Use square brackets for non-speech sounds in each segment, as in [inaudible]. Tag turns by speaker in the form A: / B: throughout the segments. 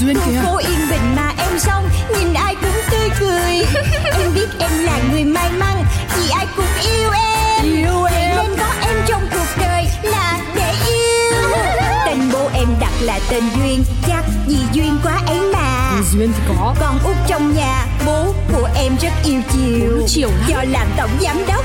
A: duyên à? kìa
B: cô yên bình mà em xong nhìn ai cũng tươi
A: [laughs]
B: cười em biết em là người may mắn vì ai cũng yêu em
A: Yêu
B: Vậy
A: em.
B: nên có em trong cuộc đời là để
A: [laughs]
B: yêu tên bố em đặt là tên duyên chắc vì duyên quá ấy mà
C: À.
A: Thì duyên thì có
B: con út trong nhà bố của em rất yêu chiều
A: Bố chiều lắm.
B: do làm tổng giám đốc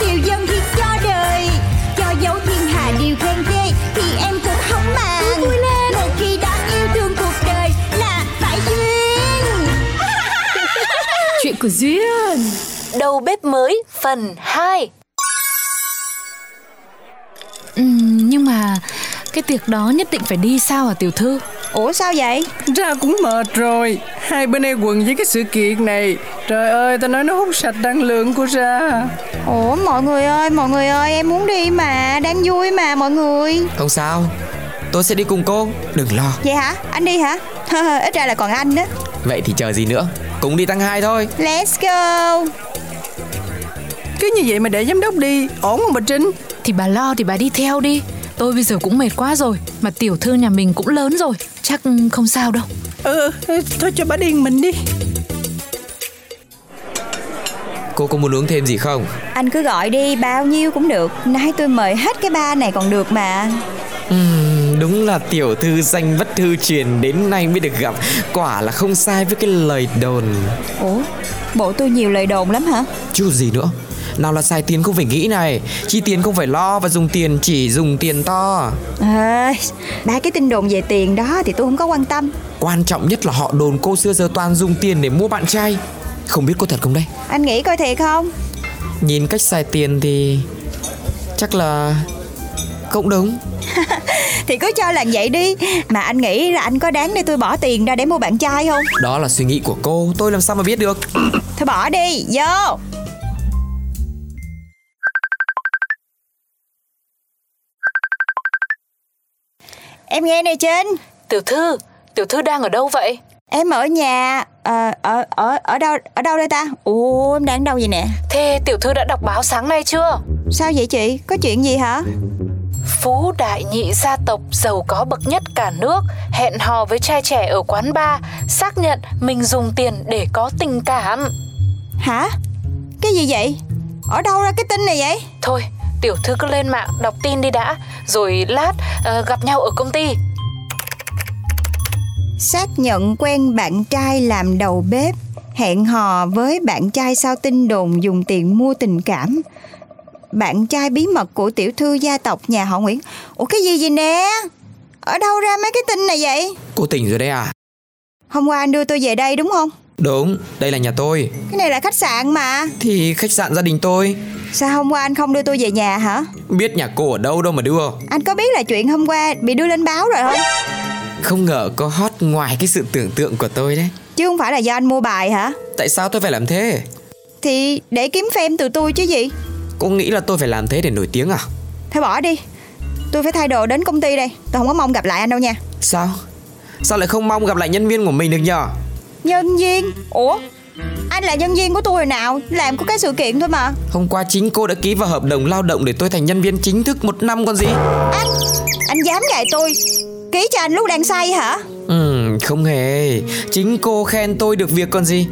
B: Điều dân thì cho đời Cho dấu thiên hà điều khen ghê Thì em cũng không màng
A: vui lên.
B: Một khi đã yêu thương cuộc đời Là phải duyên
A: Chuyện của duyên
D: Đầu bếp mới phần 2
C: Ừm, Ừ, nhưng mà cái tiệc đó nhất định phải đi sao hả tiểu thư?
B: Ủa sao vậy
E: Ra cũng mệt rồi Hai bên đây quần với cái sự kiện này Trời ơi ta nói nó hút sạch năng lượng của ra
B: Ủa mọi người ơi mọi người ơi Em muốn đi mà Đang vui mà mọi người
F: Không sao Tôi sẽ đi cùng cô Đừng lo
B: Vậy hả anh đi hả Ít ra là còn anh đó
F: Vậy thì chờ gì nữa Cùng đi tăng hai thôi
B: Let's go
E: Cứ như vậy mà để giám đốc đi Ổn không bà Trinh
C: Thì bà lo thì bà đi theo đi. Tôi bây giờ cũng mệt quá rồi, mà tiểu thư nhà mình cũng lớn rồi, chắc không sao đâu.
E: Ừ ừ, thôi cho bà điên mình đi
F: Cô có muốn uống thêm gì không
B: Anh cứ gọi đi bao nhiêu cũng được Nay tôi mời hết cái ba này còn được mà
F: Ừm, Đúng là tiểu thư danh bất thư truyền Đến nay mới được gặp Quả là không sai với cái lời đồn
B: Ủa bộ tôi nhiều lời đồn lắm hả
F: Chứ gì nữa Nào là xài tiền không phải nghĩ này Chi tiền không phải lo Và dùng tiền chỉ dùng tiền to
B: Ê, ba cái tin đồn về tiền đó thì tôi không có quan tâm
F: Quan trọng nhất là họ đồn cô xưa giờ toàn dùng tiền để mua bạn trai Không biết có thật không đây
B: Anh nghĩ coi thiệt không
F: Nhìn cách xài tiền thì Chắc là Cũng đúng
B: Thì cứ cho là vậy đi Mà anh nghĩ là anh có đáng để tôi bỏ tiền ra để mua bạn trai không
F: Đó là suy nghĩ của cô Tôi làm sao mà biết được
B: Thôi bỏ đi vô Em nghe này Trinh
D: Tiểu thư, tiểu thư đang ở đâu vậy?
B: Em ở nhà ờ, ở ở ở đâu ở đâu đây ta? Ồ em đang ở đâu vậy nè?
D: Thế tiểu thư đã đọc báo sáng nay chưa?
B: Sao vậy chị? Có chuyện gì hả?
D: Phú đại nhị gia tộc giàu có bậc nhất cả nước Hẹn hò với trai trẻ ở quán bar Xác nhận mình dùng tiền để có tình cảm
B: Hả? Cái gì vậy? Ở đâu ra cái tin này vậy?
D: Thôi, tiểu thư cứ lên mạng đọc tin đi đã Rồi lát ờ, gặp nhau ở công ty
B: Xác nhận quen bạn trai làm đầu bếp, hẹn hò với bạn trai sau tin đồn dùng tiền mua tình cảm. Bạn trai bí mật của tiểu thư gia tộc nhà họ Nguyễn. Ủa cái gì vậy nè? Ở đâu ra mấy cái tin này vậy?
F: Cô tỉnh rồi đấy à
B: Hôm qua anh đưa tôi về đây đúng không?
F: Đúng Đây là nhà tôi
B: Cái này là khách sạn mà.
F: Thì khách sạn gia đình tôi
B: Sao hôm qua anh không đưa tôi về nhà hả?
F: Biết nhà cô ở đâu đâu mà đưa
B: Anh có biết là chuyện hôm qua bị đưa lên báo rồi không?
F: Không ngờ có hot ngoài cái sự tưởng tượng của tôi đấy
B: Chứ không phải là do anh mua bài hả?
F: Tại sao tôi phải làm thế
B: Thì để kiếm fame từ tôi chứ gì?
F: Cô nghĩ là tôi phải làm thế để nổi tiếng à
B: Thôi bỏ đi. Tôi phải thay đồ đến công ty đây. Tôi không có mong gặp lại anh đâu nha.
F: Sao Sao lại không mong gặp lại nhân viên của mình được nhờ
B: Nhân viên Ủa Anh là nhân viên của tôi hồi nào Làm có cái sự kiện thôi mà
F: Hôm qua chính cô đã ký vào hợp đồng lao động Để tôi thành nhân viên chính thức một năm còn gì
B: Anh Anh dám gài tôi Ký cho anh lúc đang say hả
F: Ừ không hề Chính cô khen tôi được việc còn gì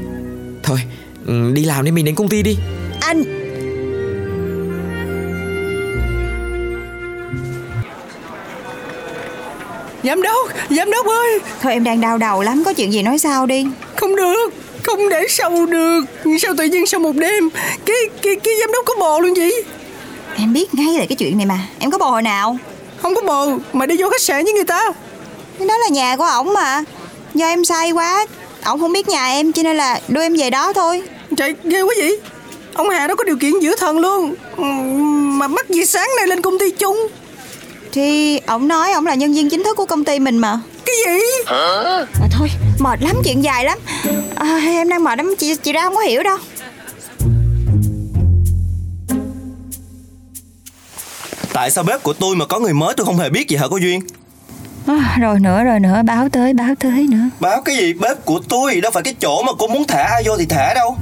F: Thôi ừ, đi làm đi mình đến công ty đi
B: Anh
E: Giám đốc Giám đốc ơi
B: Thôi em đang đau đầu lắm Có chuyện gì nói sao đi
E: Không được Không để sâu được Sao tự nhiên sau một đêm Cái cái, cái giám đốc có bồ luôn vậy
B: Em biết ngay là cái chuyện này mà Em có bồ hồi nào
E: Không có bồ Mà đi vô khách sạn với người ta
B: Cái Đó là nhà của ổng mà Do em say quá Ổng không biết nhà em Cho nên là đưa em về đó thôi
E: Trời ghê quá vậy Ông Hà đó có điều kiện giữ thần luôn Ừ, Mà mắc gì sáng nay lên công ty chung
B: Thì ổng nói ổng là nhân viên chính thức của công ty mình mà
E: Cái
B: cái gì à, thôi mệt lắm chuyện dài lắm à, em đang mệt lắm chị chị ra không có hiểu đâu
G: Tại sao bếp của tôi mà có người mới tôi không hề biết gì hả cô Duyên
B: à, rồi nữa rồi nữa báo tới báo tới nữa
G: Báo cái gì bếp của tôi Đâu phải cái chỗ mà cô muốn thả ai vô thì thả đâu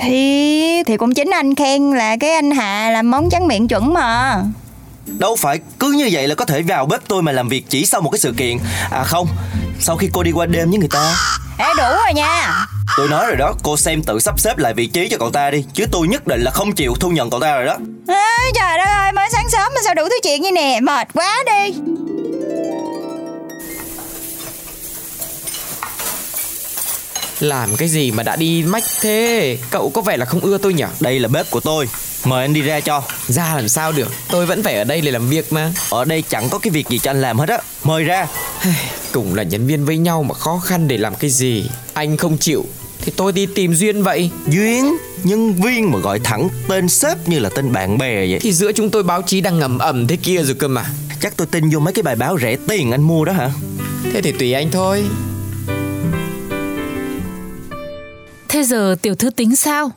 B: thì thì cũng chính anh khen là cái anh hà làm món trắng miệng chuẩn mà
G: Đâu phải cứ như vậy là có thể vào bếp tôi mà làm việc chỉ sau một cái sự kiện À không Sau khi cô đi qua đêm với người ta
B: ê đủ rồi nha
G: Tôi nói rồi đó Cô xem tự sắp xếp lại vị trí cho cậu ta đi Chứ tôi nhất định là không chịu thu nhận cậu ta rồi đó
B: à, trời đất ơi mới sáng sớm mà sao đủ thứ chuyện như nè mệt quá đi
F: Làm cái gì mà đã đi mách thế Cậu có vẻ là không ưa tôi nhỉ
G: Đây là bếp của tôi Mời anh đi ra cho
F: Ra làm sao được Tôi vẫn phải ở đây để làm việc mà
G: Ở đây chẳng có cái việc gì cho anh làm hết á Mời ra
F: Cũng là nhân viên với nhau mà khó khăn để làm cái gì Anh không chịu Thì tôi đi tìm Duyên vậy
G: Duyên Nhân viên mà gọi thẳng tên sếp như là tên bạn bè vậy
F: Thì giữa chúng tôi báo chí đang ngầm ẩm thế kia rồi cơ mà
G: Chắc tôi tin vô mấy cái bài báo rẻ tiền anh mua đó hả
F: Thế thì tùy anh thôi
C: Thế giờ tiểu thư tính sao?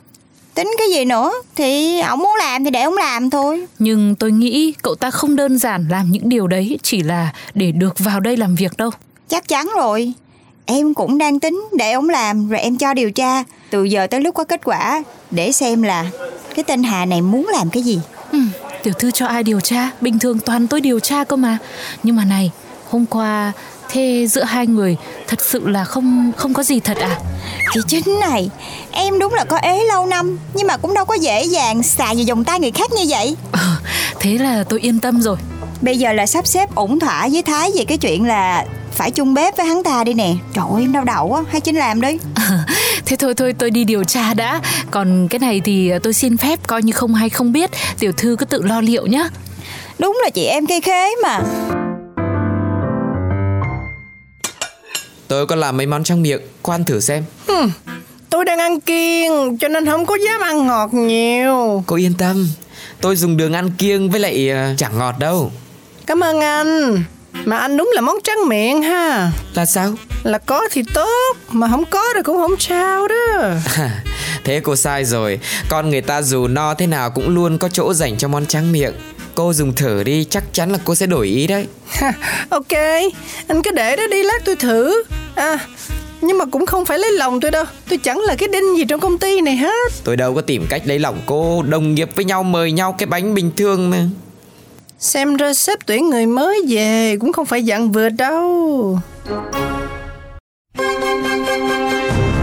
B: tính cái gì nữa thì ổng muốn làm thì để ổng làm thôi
C: Nhưng tôi nghĩ cậu ta không đơn giản làm những điều đấy chỉ là để được vào đây làm việc đâu.
B: chắc chắn rồi em cũng đang tính để ổng làm rồi em cho điều tra từ giờ tới lúc có kết quả để xem là cái tên hà này muốn làm cái gì
C: Ừ, tiểu thư cho ai điều tra? Bình thường toàn tôi điều tra cơ mà. Nhưng mà này, hôm qua thế giữa hai người thật sự là không không có gì thật à?
B: Chị Chính này Em đúng là có ế lâu năm Nhưng mà cũng đâu có dễ dàng xài vào vòng tay người khác như vậy
C: Ờ, thế là tôi yên tâm rồi.
B: Bây giờ là sắp xếp ổn thỏa với Thái Về cái chuyện là phải chung bếp với hắn ta đi nè Trời ơi em đau đầu quá Hay Chính làm đi
C: Thế thôi thôi tôi đi điều tra đã. Còn cái này thì tôi xin phép coi như không hay không biết, tiểu thư cứ tự lo liệu nhá.
B: Đúng là chị em cây khế mà
F: Tôi có làm mấy món trong miệng Khoan thử xem
E: Tôi đang ăn kiêng cho nên không có dám ăn ngọt nhiều
F: Cô yên tâm Tôi dùng đường ăn kiêng với lại ờ, chả ngọt đâu
E: Cảm ơn anh Mà anh đúng là món trắng miệng ha
F: Là sao?
E: Là có thì tốt Mà không có thì cũng không sao đó
F: À, thế cô sai rồi Con người ta dù no thế nào cũng luôn có chỗ dành cho món tráng miệng Cô dùng thử đi chắc chắn là cô sẽ đổi ý đấy
E: Ha, Ok Anh cứ để đó đi lát tôi thử À nhưng mà cũng không phải lấy lòng tôi đâu Tôi chẳng là cái đinh gì trong công ty này hết
F: Tôi đâu có tìm cách lấy lòng cô Đồng nghiệp với nhau mời nhau cái bánh bình thường mà
E: Xem ra sếp tuyển người mới về Cũng không phải dạng vừa đâu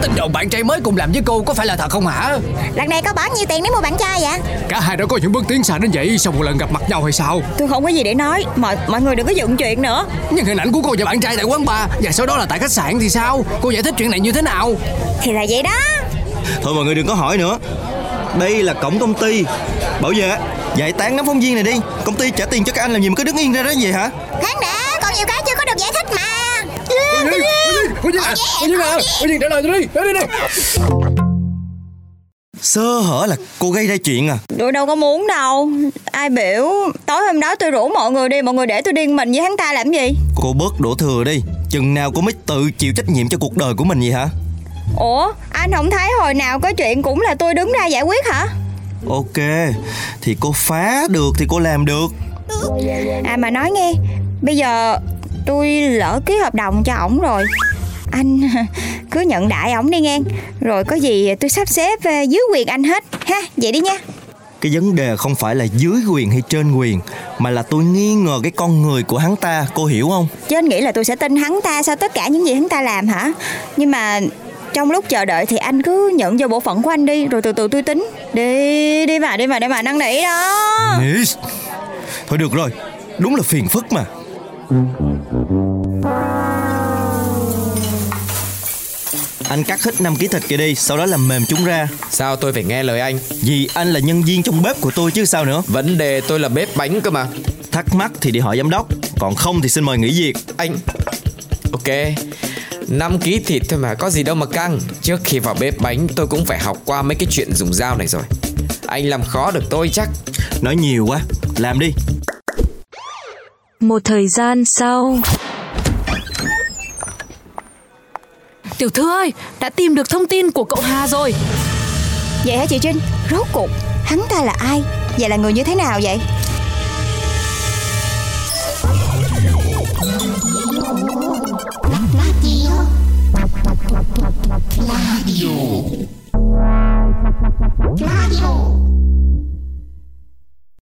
H: Tin đồn bạn trai mới cùng làm với cô có phải là thật không hả?
B: Lần này có bao nhiêu tiền để mua bạn trai vậy
H: Cả hai đã có những bước tiến xa đến vậy sau một lần gặp mặt nhau hay sao?
B: Tôi không có gì để nói Mọi mọi người đừng có dựng chuyện nữa
H: Nhưng hình ảnh của cô và bạn trai tại quán bar và sau đó là tại khách sạn thì sao? Cô giải thích chuyện này như thế nào?
B: Thì là vậy đó
G: Thôi mọi người đừng có hỏi nữa Đây là cổng công ty Bảo vệ Giải tán đám phóng viên này đi Công ty trả tiền cho các anh làm gì mà cứ đứng yên ra đó vậy hả
B: Khoan đã còn nhiều cái chưa có được giải thích mà
G: Sơ hở là cô gây ra chuyện à
B: Tôi đâu có muốn đâu Ai biểu Tối hôm đó tôi rủ mọi người đi Mọi người để tôi điên mình với hắn ta làm gì
G: Cô bớt đổ thừa đi Chừng nào cô mới tự chịu trách nhiệm cho cuộc đời của mình vậy hả
B: Ủa, anh không thấy hồi nào có chuyện cũng là tôi đứng ra giải quyết hả?
G: Ok Thì cô phá được thì cô làm được
B: À mà nói nghe, bây giờ tôi lỡ ký hợp đồng cho ổng rồi. Anh [laughs] cứ nhận đại ổng đi nghe, rồi có gì tôi sắp xếp eh, dưới quyền anh hết ha, vậy đi nha.
G: Cái vấn đề không phải là dưới quyền hay trên quyền Mà là tôi nghi ngờ cái con người của hắn ta Cô hiểu không
B: Chứ anh nghĩ là tôi sẽ tin hắn ta sau tất cả những gì hắn ta làm hả? Nhưng mà trong lúc chờ đợi thì anh cứ nhận vô bộ phận của anh đi rồi từ từ tôi tính. Đi đi mà đi mà đi mà năn nỉ đó.
G: Yes. Thôi được rồi Đúng là phiền phức mà Anh cắt hết 5 ký thịt kia đi Sau đó làm mềm chúng ra
F: Sao tôi phải nghe lời anh
G: Vì anh là nhân viên trong bếp của tôi chứ sao nữa
F: Vấn đề tôi là bếp bánh cơ mà
G: Thắc mắc thì đi hỏi giám đốc Còn không thì xin mời nghỉ việc
F: Anh Ok 5 ký thịt thôi mà có gì đâu mà căng Trước khi vào bếp bánh tôi cũng phải học qua mấy cái chuyện dùng dao này rồi Anh làm khó được tôi chắc
G: Nói nhiều quá Làm đi
I: Một thời gian sau
C: Tiểu thư ơi, đã tìm được thông tin của cậu Hà rồi.
B: Vậy hả chị Trinh Rốt cuộc hắn ta là ai Và là người như thế nào vậy